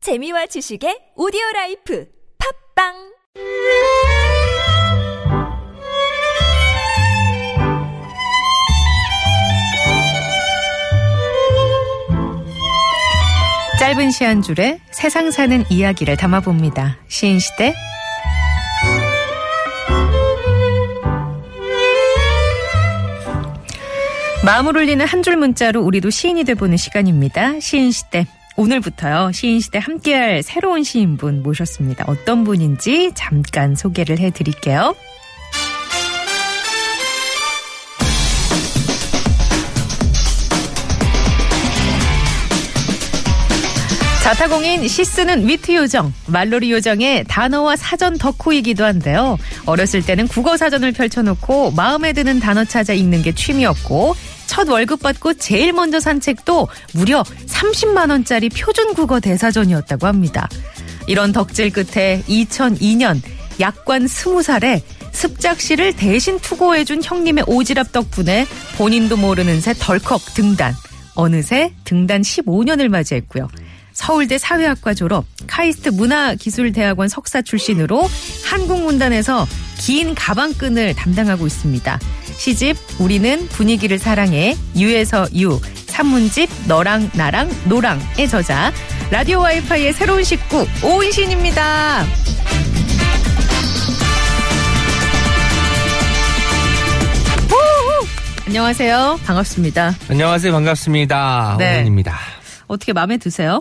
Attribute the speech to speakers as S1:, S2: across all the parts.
S1: 재미와 지식의 오디오 라이프 팝빵
S2: 짧은 시 한 줄에 세상 사는 이야기를 담아봅니다. 시인 시대. 마음을 울리는 한 줄 문자로 우리도 시인이 돼보는 시간입니다. 시인 시대. 오늘부터요, 시인 시대 함께할 새로운 시인분 모셨습니다. 어떤 분인지 잠깐 소개를 해드릴게요. 자타공인 시스는 위트 요정, 말놀이 요정의 단어와 사전 덕후이기도 한데요. 어렸을 때는 국어 사전을 펼쳐놓고 마음에 드는 단어 찾아 읽는 게 취미였고 첫 월급 받고 제일 먼저 산 책도 무려 30만 원짜리 표준 국어 대사전이었다고 합니다. 이런 덕질 끝에 2002년 약관 20살에 습작시를 대신 투고해준 형님의 오지랖 덕분에 본인도 모르는 새 덜컥 등단. 어느새 등단 15년을 맞이했고요. 서울대 사회학과 졸업, 카이스트 문화기술대학원 석사 출신으로 한국문단에서 긴 가방끈을 담당하고 있습니다. 시집 우리는 분위기를 사랑해 유에서 유 산문집 너랑 나랑 노랑의 저자 라디오 와이파이의 새로운 식구 오은신입니다. 우후! 안녕하세요. 반갑습니다.
S3: 안녕하세요. 반갑습니다.
S2: 네.
S3: 오은입니다.
S2: 어떻게 마음에 드세요?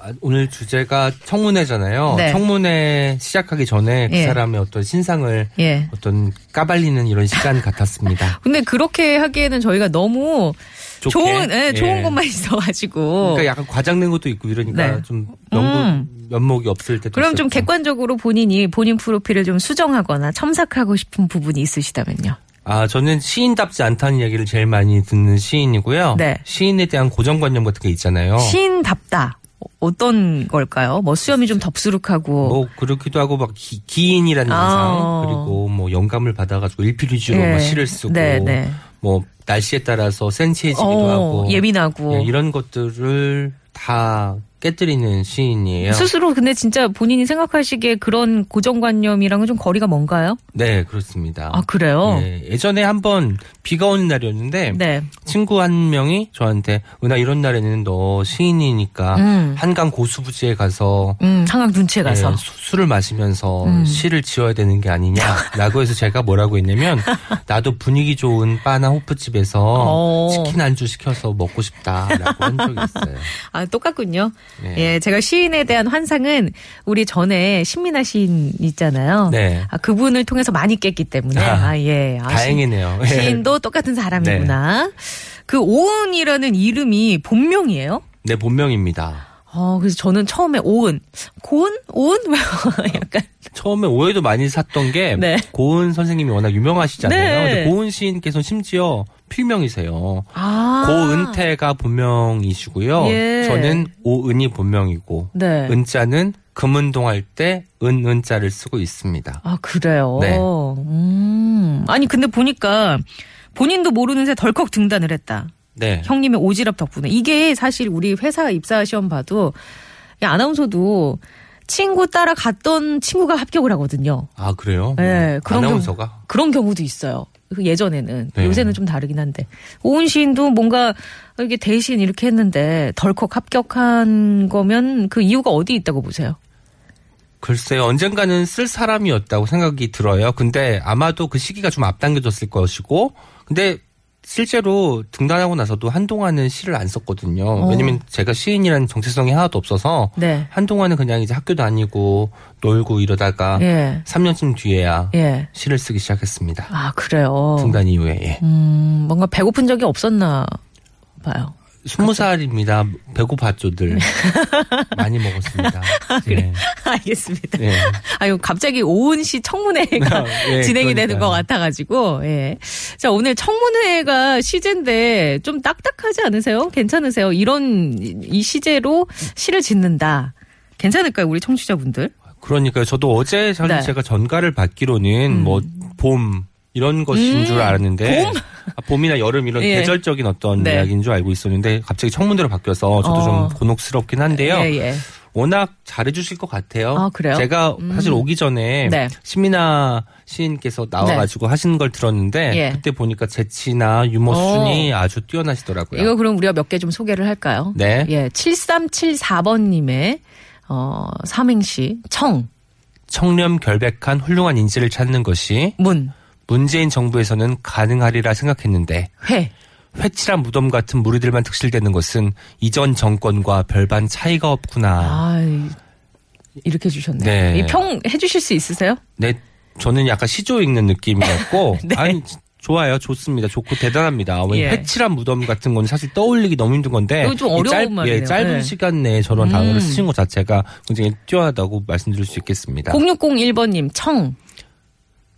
S3: 아, 오늘 주제가 청문회잖아요.
S2: 네.
S3: 청문회 시작하기 전에 그
S2: 예.
S3: 사람의 어떤 신상을
S2: 예.
S3: 어떤 까발리는 이런 시간 같았습니다.
S2: 근데 그렇게 하기에는 저희가 너무
S3: 좋게.
S2: 좋은 예, 좋은
S3: 예.
S2: 것만 있어가지고
S3: 그러니까 약간 과장된 것도 있고 이러니까
S2: 네. 음.
S3: 좀 연구, 면목이 없을 때도
S2: 그럼 좀
S3: 있었죠.
S2: 객관적으로 본인이 본인 프로필을 좀 수정하거나 첨삭하고 싶은 부분이 있으시다면요.
S3: 아, 저는 시인답지 않다는 이야기를 제일 많이 듣는 시인이고요.
S2: 네.
S3: 시인에 대한 고정관념 같은 게 있잖아요.
S2: 시인답다. 어, 어떤 걸까요? 뭐 수염이 좀 덥수룩하고
S3: 뭐 그렇기도 하고 막 기, 기인이라는
S2: 아.
S3: 인상 그리고 뭐 영감을 받아가지고 일필위주로
S2: 예.
S3: 막 시를 쓰고
S2: 네, 네.
S3: 뭐 날씨에 따라서 센치해지기도
S2: 어,
S3: 하고
S2: 예민하고
S3: 예, 이런 것들을 다 깨뜨리는 시인이에요.
S2: 스스로 근데 진짜 본인이 생각하시기에 그런 고정관념이랑은 좀 거리가 먼가요?
S3: 네 그렇습니다.
S2: 아 그래요?
S3: 예, 예전에 한번 비가 오는 날이었는데
S2: 네.
S3: 친구 한 명이 저한테 은하 이런 날에는 너 시인이니까
S2: 음.
S3: 한강 고수부지에 가서
S2: 음, 한강 둔치에 가서 음.
S3: 예, 수- 술을 마시면서 시를 지어야 되는 게 아니냐라고 해서 제가 뭐라고 했냐면 나도 분위기 좋은 바나
S2: 어.
S3: 호프집에서 치킨 안주 시켜서 먹고 싶다라고 한 적이 있어요.
S2: 아, 똑같군요.
S3: 네.
S2: 예, 제가 시인에 대한 환상은 우리 전에 신민아 시인 있잖아요.
S3: 네.
S2: 아, 그분을 통해서 많이 깼기 때문에. 아,
S3: 아,
S2: 예. 아,
S3: 다행이네요.
S2: 시- 시인도 똑같은 사람이구나.
S3: 네.
S2: 그 오은이라는 이름이 본명이에요?
S3: 네, 본명입니다.
S2: 어, 그래서 저는 처음에 오은. 고은? 오은? 약간.
S3: 처음에 오해도 많이 샀던 게
S2: 네.
S3: 고은 선생님이 워낙 유명하시잖아요.
S2: 네.
S3: 근데 고은 시인께서 는 심지어 필명이세요.
S2: 아.
S3: 고은태가 본명이시고요.
S2: 예.
S3: 저는 오은이 본명이고
S2: 네.
S3: 은자는 금은동할 때 은은자를 쓰고 있습니다.
S2: 아, 그래요?
S3: 네.
S2: 음. 아니, 근데 보니까 본인도 모르는 새 덜컥 등단을 했다.
S3: 네.
S2: 형님의 오지랖 덕분에 이게 사실 우리 회사 입사 시험 봐도 이 아나운서도 친구 따라 갔던 친구가 합격을 하거든요.
S3: 아 그래요?
S2: 예,
S3: 네.
S2: 그런
S3: 아나운서가
S2: 그런 경우도 있어요. 그 예전에는
S3: 네.
S2: 요새는 좀 다르긴 한데 오은 시인도 뭔가 이렇게 대신 이렇게 했는데 덜컥 합격한 거면 그 이유가 어디 있다고 보세요?
S3: 글쎄요 언젠가는 쓸 사람이었다고 생각이 들어요. 근데 아마도 그 시기가 좀 앞당겨졌을 것이고 근데 실제로 등단하고 나서도 한동안은 시를 안 썼거든요.
S2: 어.
S3: 왜냐면 제가 시인이라는 정체성이 하나도 없어서
S2: 네.
S3: 한동안은 그냥 이제 학교 다니고 놀고 이러다가
S2: 예,
S3: 3년쯤 뒤에야
S2: 예.
S3: 시를 쓰기 시작했습니다.
S2: 아 그래요.
S3: 등단 이후에 예.
S2: 음, 뭔가 배고픈 적이 없었나 봐요.
S3: 20살입니다. 배고팠죠 늘. 많이 먹었습니다.
S2: 아,
S3: 예.
S2: 알겠습니다.
S3: 예.
S2: 아유 갑자기 오은 씨 청문회가
S3: 예,
S2: 진행이 되는
S3: 그러니까요.
S2: 것 같아가지고 예. 자 오늘 청문회가 시제인데 좀 딱딱하지 않으세요? 괜찮으세요? 이런 이- 이 시제로 시를 짓는다. 괜찮을까요, 우리 청취자분들?
S3: 그러니까요. 저도 어제 사실
S2: 네. 음.
S3: 제가 전가를 받기로는 뭐 봄 이런 것인 줄 알았는데 봄? 봄이나 여름 이런
S2: 예.
S3: 계절적인 어떤
S2: 네.
S3: 이야기인 줄 알고 있었는데 갑자기 청문대로 바뀌어서 저도
S2: 어.
S3: 좀 곤혹스럽긴 네, 한데요.
S2: 예, 예.
S3: 워낙 잘해주실 것 같아요.
S2: 아, 그래요?
S3: 제가 사실 오기 전에
S2: 네.
S3: 신민아 시인께서 나와가지고 하시는 걸 들었는데
S2: 예.
S3: 그때 보니까 재치나 유머 순이 아주 뛰어나시더라고요.
S2: 이거 그럼 우리가 몇 개 좀 소개를 할까요?
S3: 네.
S2: 예, 7374번님의 어, 삼행시 청,
S3: 청렴 결백한 훌륭한 인재를 찾는 것이
S2: 문,
S3: 문재인 정부에서는 가능하리라 생각했는데
S2: 회.
S3: 회칠한 무덤 같은 무리들만 득실되는 것은 이전 정권과 별반 차이가 없구나.
S2: 아, 이렇게 주셨네요.
S3: 네.
S2: 이 평 해주실 수 있으세요?
S3: 네, 저는 약간 시조 읽는 느낌이었고 아니 지- 좋아요, 좋습니다, 좋고 대단합니다. 왜
S2: 네. 예.
S3: 회칠한 무덤 같은 건 사실 떠올리기 너무 힘든 건데
S2: 이거 좀
S3: 이
S2: 어려운
S3: 짧,
S2: 말이네요.
S3: 예, 짧은
S2: 네. 음.
S3: 시간 내에 저런 단어를 쓰신 것 자체가 굉장히 뛰어나다고 말씀드릴 수 있겠습니다.
S2: 0601번님 청,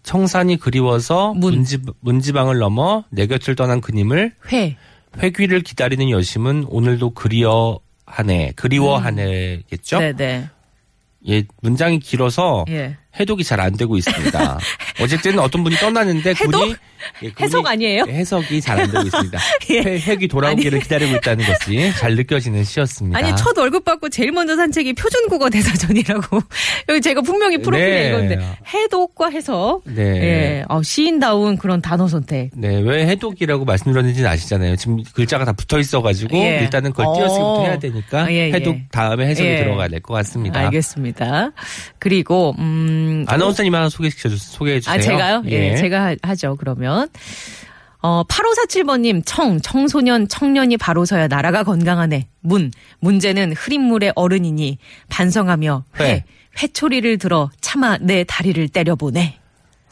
S3: 청산이 그리워서
S2: 문.
S3: 문지, 문지방을 넘어 내 곁을 떠난 그님을
S2: 회.
S3: 회귀를 기다리는 여심은 오늘도 그리워하네, 그리워하네겠죠?
S2: 네네.
S3: 예, 문장이 길어서
S2: 예.
S3: 해독이 잘 안 되고 있습니다. 어쨌든 어떤 분이 떠나는데 군이, 예, 군이-
S2: 해석 아니에요?
S3: 예, 해석이 잘 안 되고 있습니다.
S2: 예.
S3: 회, 회귀 돌아오기를 기다리고 있다는 것이 잘 느껴지는 시였습니다.
S2: 아니 첫 월급 받고 제일 먼저 산책이 표준국어 대사전이라고 여기 제가 분명히 프로필에
S3: 네.
S2: 읽었는데 해독과 해석
S3: 네.
S2: 예, 어, 시인다운 그런 단어 선택
S3: 네, 왜 해독이라고 말씀드렸는지는 아시잖아요. 지금 글자가 다 붙어 있어가지고
S2: 예.
S3: 일단은 그걸
S2: 어.
S3: 띄어쓰기부터 해야 되니까
S2: 아, 예, 예.
S3: 해독 다음에 해석이
S2: 예.
S3: 들어가야 될 것 같습니다.
S2: 알겠습니다 그리고 음
S3: 아나운서님 하나 소개시켜 주, 소개해 주세요.
S2: 아, 제가요? 예,
S3: 예.
S2: 제가 하- 하죠, 그러면. 어, 8547번님, 청, 청소년, 청년이 바로 서야 나라가 건강하네. 문, 문제는 흐린 물의 어른이니 반성하며 회,
S3: 회.
S2: 회초리를 들어 차마 내 다리를 때려보네.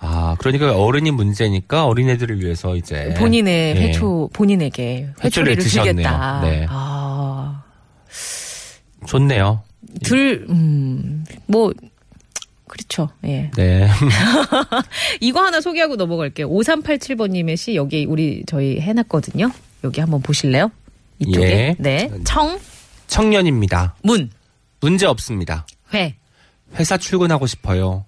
S3: 아, 그러니까 어른이 문제니까 어린애들을 위해서 이제
S2: 본인의
S3: 예.
S2: 회초, 본인에게 회초리를
S3: 회초리를
S2: 들겠다.
S3: 드셨네요. 네.
S2: 아,
S3: 좋네요.
S2: 들, 음, 뭐, 그렇죠. 예.
S3: 네.
S2: 이거 하나 소개하고 넘어갈게요. 5387번님의 시 여기 우리 저희 해놨거든요. 여기 한번 보실래요? 이쪽에.
S3: 예.
S2: 네. 청,
S3: 청년입니다.
S2: 문,
S3: 문제 없습니다.
S2: 회.
S3: 회사 출근하고 싶어요.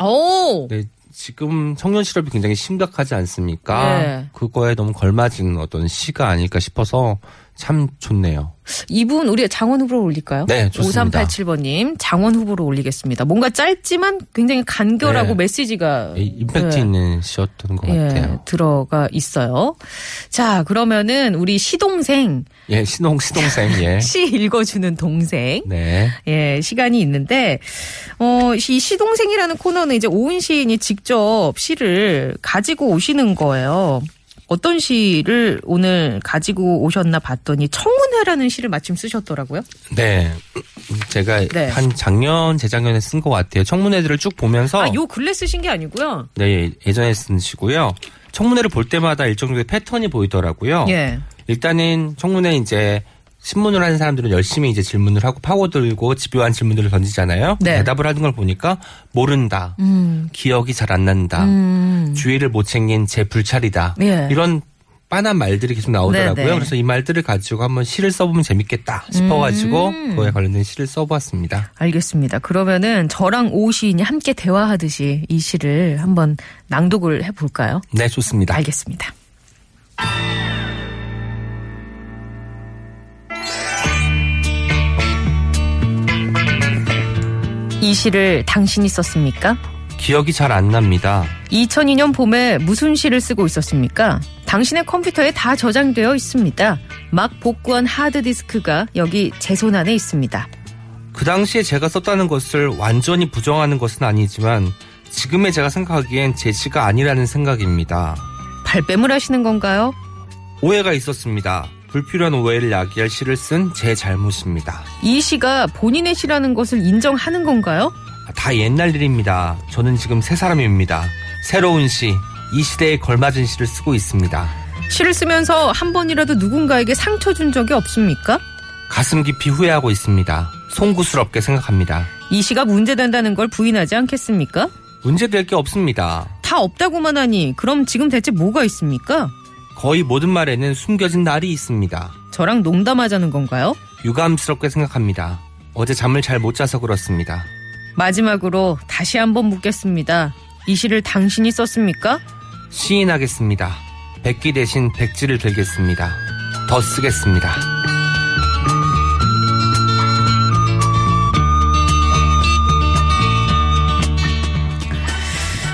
S2: 오!
S3: 네, 지금 청년 실업이 굉장히 심각하지 않습니까?
S2: 네.
S3: 그거에 너무 걸맞은 어떤 시가 아닐까 싶어서 참 좋네요.
S2: 이분 우리 장원 후보로 올릴까요?
S3: 네, 좋습니다.
S2: 5387번님 장원 후보로 올리겠습니다. 뭔가 짧지만 굉장히 간결하고
S3: 네.
S2: 메시지가
S3: 이- 임팩트
S2: 네.
S3: 있는 시였던 것
S2: 예,
S3: 같아요.
S2: 들어가 있어요. 자, 그러면은 우리 시동생,
S3: 예, 신홍 시동생 예.
S2: 시 읽어주는 동생.
S3: 네.
S2: 예, 시간이 있는데, 어, 이 시동생이라는 코너는 이제 오은 시인이 직접 시를 가지고 오시는 거예요. 어떤 시를 오늘 가지고 오셨나 봤더니 청문회라는 시를 마침 쓰셨더라고요.
S3: 네. 제가
S2: 네.
S3: 한 작년, 재작년에 쓴 것 같아요. 청문회들을 쭉 보면서.
S2: 아, 요 근래 쓰신 게 아니고요.
S3: 네, 예, 예전에 쓴 시고요. 청문회를 볼 때마다 일정 정도의 패턴이 보이더라고요.
S2: 예.
S3: 일단은 청문회 이제 신문을 하는 사람들은 열심히 이제 질문을 하고 파고들고 집요한 질문들을 던지잖아요.
S2: 네.
S3: 대답을 하는 걸 보니까 모른다,
S2: 음.
S3: 기억이 잘 안 난다,
S2: 음.
S3: 주의를 못 챙긴 제 불찰이다
S2: 예.
S3: 이런 빤한 말들이 계속 나오더라고요.
S2: 네, 네.
S3: 그래서 이 말들을 가지고 한번 시를 써보면 재밌겠다 싶어가지고
S2: 음.
S3: 그거에 관련된 시를 써보았습니다.
S2: 알겠습니다. 그러면은 저랑 오 시인이 함께 대화하듯이 이 시를 한번 낭독을 해볼까요?
S3: 네, 좋습니다.
S2: 알겠습니다. 이 시를 당신이 썼습니까?
S3: 기억이 잘 안 납니다.
S2: 2002년 봄에 무슨 시를 쓰고 있었습니까? 당신의 컴퓨터에 다 저장되어 있습니다. 막 복구한 하드디스크가 여기 제 손 안에 있습니다.
S3: 그 당시에 제가 썼다는 것을 완전히 부정하는 것은 아니지만 지금의 제가 생각하기엔 제 시가 아니라는 생각입니다.
S2: 발뺌을 하시는 건가요?
S3: 오해가 있었습니다. 불필요한 오해를 야기할 시를 쓴 제 잘못입니다.
S2: 이 시가 본인의 시라는 것을 인정하는 건가요?
S3: 다 옛날 일입니다. 저는 지금 새 사람입니다. 새로운 시, 이 시대에 걸맞은 시를 쓰고 있습니다.
S2: 시를 쓰면서 한 번이라도 누군가에게 상처 준 적이 없습니까?
S3: 가슴 깊이 후회하고 있습니다. 송구스럽게 생각합니다.
S2: 이 시가 문제된다는 걸 부인하지 않겠습니까?
S3: 문제될 게 없습니다.
S2: 다 없다고만 하니 그럼 지금 대체 뭐가 있습니까?
S3: 거의 모든 말에는 숨겨진 날이 있습니다.
S2: 저랑 농담하자는 건가요?
S3: 유감스럽게 생각합니다. 어제 잠을 잘 못 자서 그렇습니다.
S2: 마지막으로 다시 한번 묻겠습니다. 이 시를 당신이 썼습니까?
S3: 시인하겠습니다. 백기 대신 백지를 들겠습니다. 더 쓰겠습니다.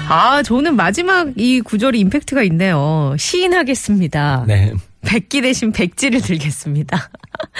S2: 아, 저는 마지막 이 구절이 임팩트가 있네요. 시인하겠습니다.
S3: 네.
S2: 백기 대신 백지를 들겠습니다.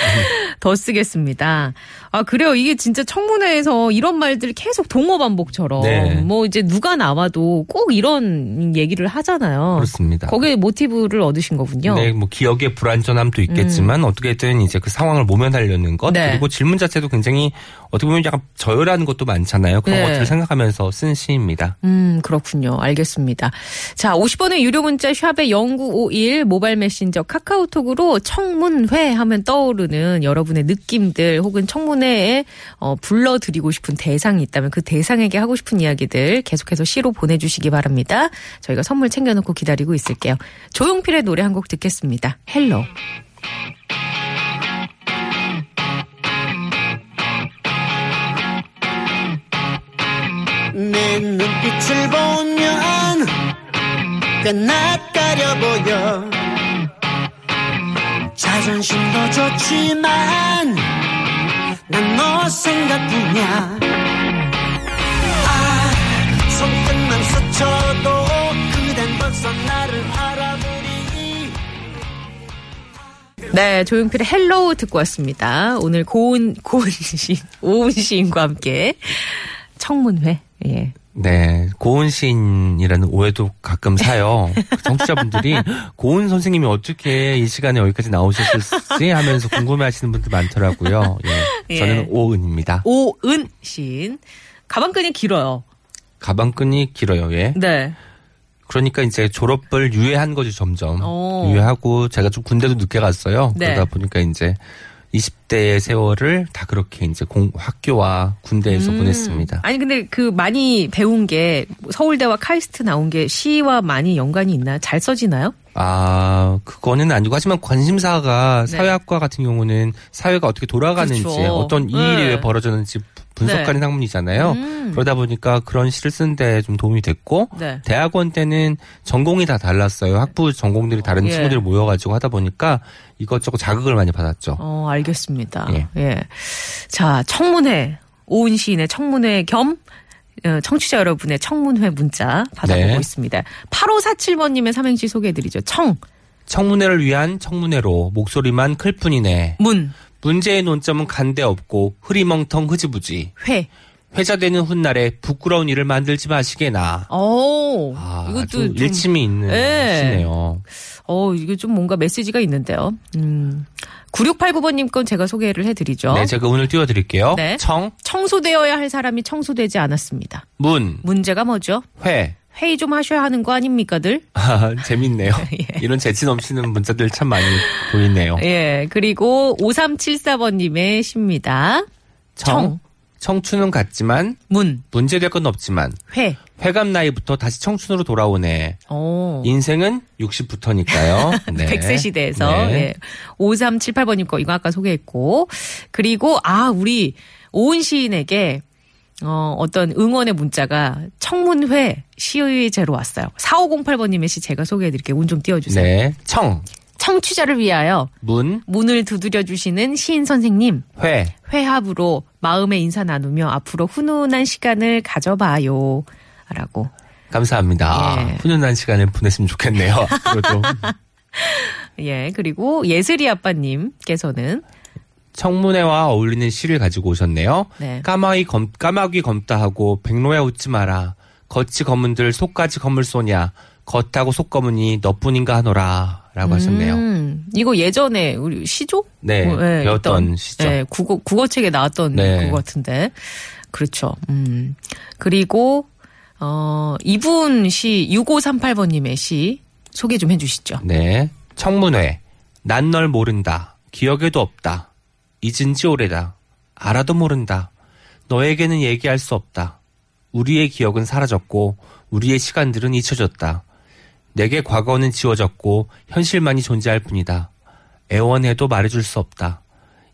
S2: 더 쓰겠습니다. 아, 그래요. 이게 진짜 청문회에서 이런 말들 계속 동어 반복처럼
S3: 네.
S2: 뭐 이제 누가 나와도 꼭 이런 얘기를 하잖아요.
S3: 그렇습니다.
S2: 거기에 모티브를 얻으신 거군요.
S3: 네, 뭐 기억의 불완전함도 있겠지만 어떻게든 이제 그 상황을 모면하려는 것
S2: 음. 네.
S3: 그리고 질문 자체도 굉장히 어떻게 보면 약간 저열하는 것도 많잖아요. 그런
S2: 네.
S3: 것들을 생각하면서 쓴 시입니다.
S2: 음, 그렇군요. 알겠습니다. 자, 50원의 유료 문자 샵의 0951 모바일 메신저 카카오톡으로 청문회 하면 떠오르는 여러분의 느낌들 혹은 청문회에 어, 불러드리고 싶은 대상이 있다면 그 대상에게 하고 싶은 이야기들 계속해서 시로 보내주시기 바랍니다. 저희가 선물 챙겨놓고 기다리고 있을게요. 조용필의 노래 한 곡 듣겠습니다. 헬로.
S4: 내 눈빛을 보면 꽤 낯가려 보여 자존심도 좋지만 난 너 생각뿐이야 아 손끝만 스쳐도 그댄 벌써 나를 알아보니
S2: 네, 조용필의 헬로우 듣고 왔습니다. 오늘 고은, 고은 시인, 오은 시인과 함께 청문회. 예,
S3: 네, 고은 시인이라는 오해도 가끔 사요. 정치자분들이 고은 선생님이 어떻게 이 시간에 여기까지 나오셨을지 하면서 궁금해하시는 분들 많더라고요. 예, 저는
S2: 예.
S3: 오은입니다.
S2: 오은 시인. 가방끈이 길어요.
S3: 가방끈이 길어요. 예.
S2: 네.
S3: 그러니까 이제 졸업을 유예한 거지 점점
S2: 오.
S3: 유예하고 제가 좀 군대도 늦게 갔어요.
S2: 어. 네.
S3: 그러다 보니까 이제 20대의 세월을 다 그렇게 이제 공, 학교와
S2: 음.
S3: 군대에서 보냈습니다.
S2: 아니 근데 그 많이 배운 게 서울대와 카이스트 나온 게 시와 많이 연관이 있나요? 잘 써지나요?
S3: 아 그거는 아니고 하지만 관심사가
S2: 네.
S3: 사회학과 같은 경우는 사회가 어떻게 돌아가는지
S2: 그렇죠.
S3: 어떤 이
S2: 네.
S3: 일이 왜 벌어졌는지 분석하는
S2: 네.
S3: 학문이잖아요. 그러다 보니까 그런 시를 쓰는 데좀 도움이 됐고
S2: 네.
S3: 대학원 때는 전공이 다 달랐어요. 학부 전공들이 다른
S2: 예.
S3: 친구들이 모여가지고 하다 보니까 이것저것 자극을 많이 받았죠.
S2: 어, 알겠습니다. 예.
S3: 예.
S2: 자, 청문회. 오은 시인의 청문회 겸 어, 청취자 여러분의 청문회 문자 받아보고
S3: 네.
S2: 있습니다. 8547번님의 삼행시 소개해드리죠. 청,
S3: 청문회를 위한 청문회로 목소리만 클 뿐이네.
S2: 문,
S3: 문제의 논점은 간데 없고 흐리멍텅 흐지부지.
S2: 회.
S3: 회자되는 훗날에 부끄러운 일을 만들지 마시게나.
S2: 오,
S3: 아,
S2: 이것도
S3: 좀
S2: 좀
S3: 일침이 있는
S2: 예.
S3: 시네요.
S2: 어, 이게 좀 뭔가 메시지가 있는데요. 음. 9689번님 건 제가 소개를 해드리죠.
S3: 네, 제가 오늘 띄워드릴게요.
S2: 네.
S3: 청,
S2: 청소되어야 할 사람이 청소되지 않았습니다.
S3: 문,
S2: 문제가 뭐죠?
S3: 회.
S2: 회의 좀 하셔야 하는 거 아닙니까들?
S3: 아, 재밌네요. 이런 재치 넘치는 문자들 참 많이 보이네요.
S2: 예, 그리고 5374번님의 시입니다. 청.
S3: 청, 청춘은 같지만
S2: 문,
S3: 문제될 건 없지만
S2: 회.
S3: 회감 나이부터 다시 청춘으로 돌아오네. 예,
S2: 어.
S3: 인생은 60부터니까요. 네.
S2: 100세 시대에서
S3: 네.
S2: 예. 5378번님 거 이거 아까 소개했고 그리고 아 우리 오은 시인에게 어, 어떤 응원의 문자가 청문회 시의제로 왔어요. 4508번님의 시 제가 소개해드릴게요. 운 좀 띄워주세요.
S3: 네. 청,
S2: 청취자를 위하여
S3: 문,
S2: 문을 두드려주시는 시인 선생님
S3: 회.
S2: 회합으로 마음의 인사 나누며 앞으로 훈훈한 시간을 가져봐요. 라고
S3: 감사합니다.
S2: 예.
S3: 훈훈한 시간을 보냈으면 좋겠네요. 앞으로도.
S2: 예 그리고 예슬이 아빠님께서는
S3: 청문회와 어울리는 시를 가지고 오셨네요.
S2: 네.
S3: 까마귀 검, 까마귀 검다 하고 백로야 웃지 마라. 겉이 검은들 속까지 검을 쏘냐. 겉하고 속 검으니 너뿐인가 하노라. 라고 하셨네요.
S2: 음, 이거 예전에 우리 시조?
S3: 네,
S2: 어,
S3: 배웠던
S2: 어떤,
S3: 시죠.
S2: 예, 국어 국어책에 나왔던
S3: 네.
S2: 그거 같은데. 그렇죠. 음. 그리고 어, 이분 시 6538번 님의 시 소개 좀 해 주시죠.
S3: 네. 청문회. 난 널 모른다. 기억에도 없다. 잊은 지 오래다. 알아도 모른다. 너에게는 얘기할 수 없다. 우리의 기억은 사라졌고, 우리의 시간들은 잊혀졌다. 내게 과거는 지워졌고, 현실만이 존재할 뿐이다. 애원해도 말해줄 수 없다.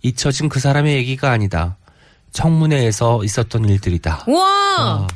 S3: 잊혀진 그 사람의 얘기가 아니다. 청문회에서 있었던 일들이다.
S2: 우와!
S3: 아,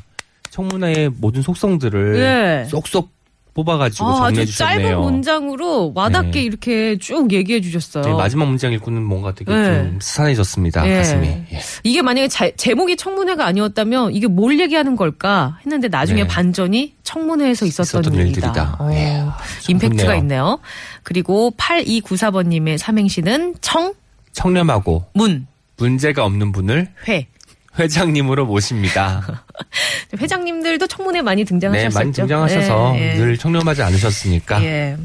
S3: 청문회의 모든 속성들을
S2: 예.
S3: 쏙쏙 뽑아가지고
S2: 아, 주
S3: 정리해주셨네요.
S2: 짧은 문장으로 와닿게
S3: 네.
S2: 이렇게 쭉 얘기해 주셨어요.
S3: 네, 마지막 문장 읽고는 뭔가 되게
S2: 네.
S3: 좀 스산해졌습니다.
S2: 예.
S3: 가슴이. 예.
S2: 이게 만약에 자- 제목이 청문회가 아니었다면 이게 뭘 얘기하는 걸까 했는데 나중에
S3: 네.
S2: 반전이 청문회에서 있었던,
S3: 있었던
S2: 일이다.
S3: 일들이다.
S2: 어,
S3: 예, 참
S2: 임팩트가
S3: 좋네요.
S2: 있네요. 그리고 8294번님의 삼행시는 청,
S3: 청렴하고
S2: 문,
S3: 문제가 없는 분을
S2: 회.
S3: 회장님으로 모십니다.
S2: 회장님들도 청문회 많이
S3: 네,
S2: 등장하셨었죠.
S3: 많이 등장하셔서
S2: 예, 예.
S3: 늘 청렴하지 않으셨으니까.
S2: 예.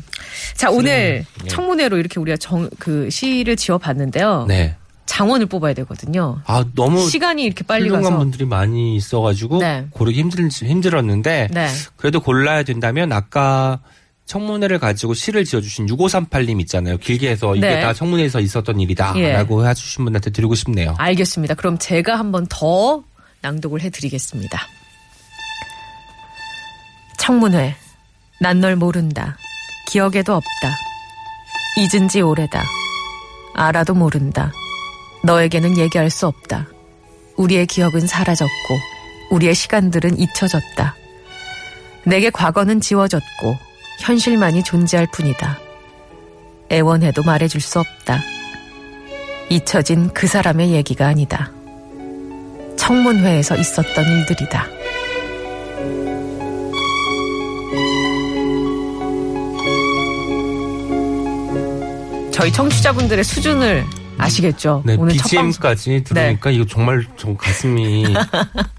S2: 자, 오늘
S3: 예.
S2: 청문회로 이렇게 우리가 정, 그 시를 지어봤는데요.
S3: 네.
S2: 장원을 뽑아야 되거든요.
S3: 아, 너무
S2: 시간이 이렇게 빨리
S3: 훌륭한
S2: 가서.
S3: 분들이 많이 있어가지고
S2: 네.
S3: 고르기 힘들, 힘들었는데
S2: 네.
S3: 그래도 골라야 된다면 아까 청문회를 가지고 시를 지어주신 6538님 있잖아요. 길게 해서 이게
S2: 네.
S3: 다 청문회에서 있었던
S2: 예.
S3: 일이다라고 해주신 분한테 드리고 싶네요.
S2: 알겠습니다. 그럼 제가 한번 더 낭독을 해드리겠습니다. 청문회. 난 널 모른다. 기억에도 없다. 잊은 지 오래다. 알아도 모른다. 너에게는 얘기할 수 없다. 우리의 기억은 사라졌고, 우리의 시간들은 잊혀졌다. 내게 과거는 지워졌고, 현실만이 존재할 뿐이다. 애원해도 말해줄 수 없다. 잊혀진 그 사람의 얘기가 아니다. 청문회에서 있었던 일들이다. 저희 청취자분들의 수준을 아시겠죠?
S3: 네,
S2: 오늘 첫 방송. 네.
S3: BGM까지 들으니까 이거 정말 좀 가슴이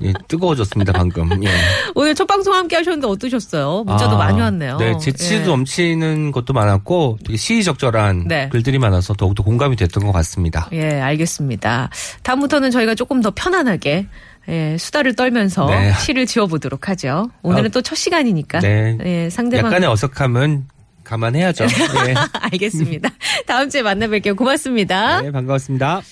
S3: 예, 뜨거워졌습니다 방금. 예.
S2: 오늘 첫 방송 함께 하셨는데 어떠셨어요? 문자도
S3: 아,
S2: 많이 왔네요.
S3: 네, 재치도
S2: 예.
S3: 넘치는 것도 많았고 되게 시의적절한
S2: 네.
S3: 글들이 많아서 더욱더 공감이 됐던 것 같습니다.
S2: 예, 알겠습니다. 다음부터는 저희가 조금 더 편안하게 예, 수다를 떨면서
S3: 네.
S2: 시를 지어보도록 하죠. 오늘은
S3: 아,
S2: 또 첫 시간이니까
S3: 네.
S2: 예, 상대방
S3: 약간의 어색함은 감안해야죠. 예.
S2: 알겠습니다. 다음 주에 만나뵐게요. 고맙습니다.
S3: 네, 반가웠습니다.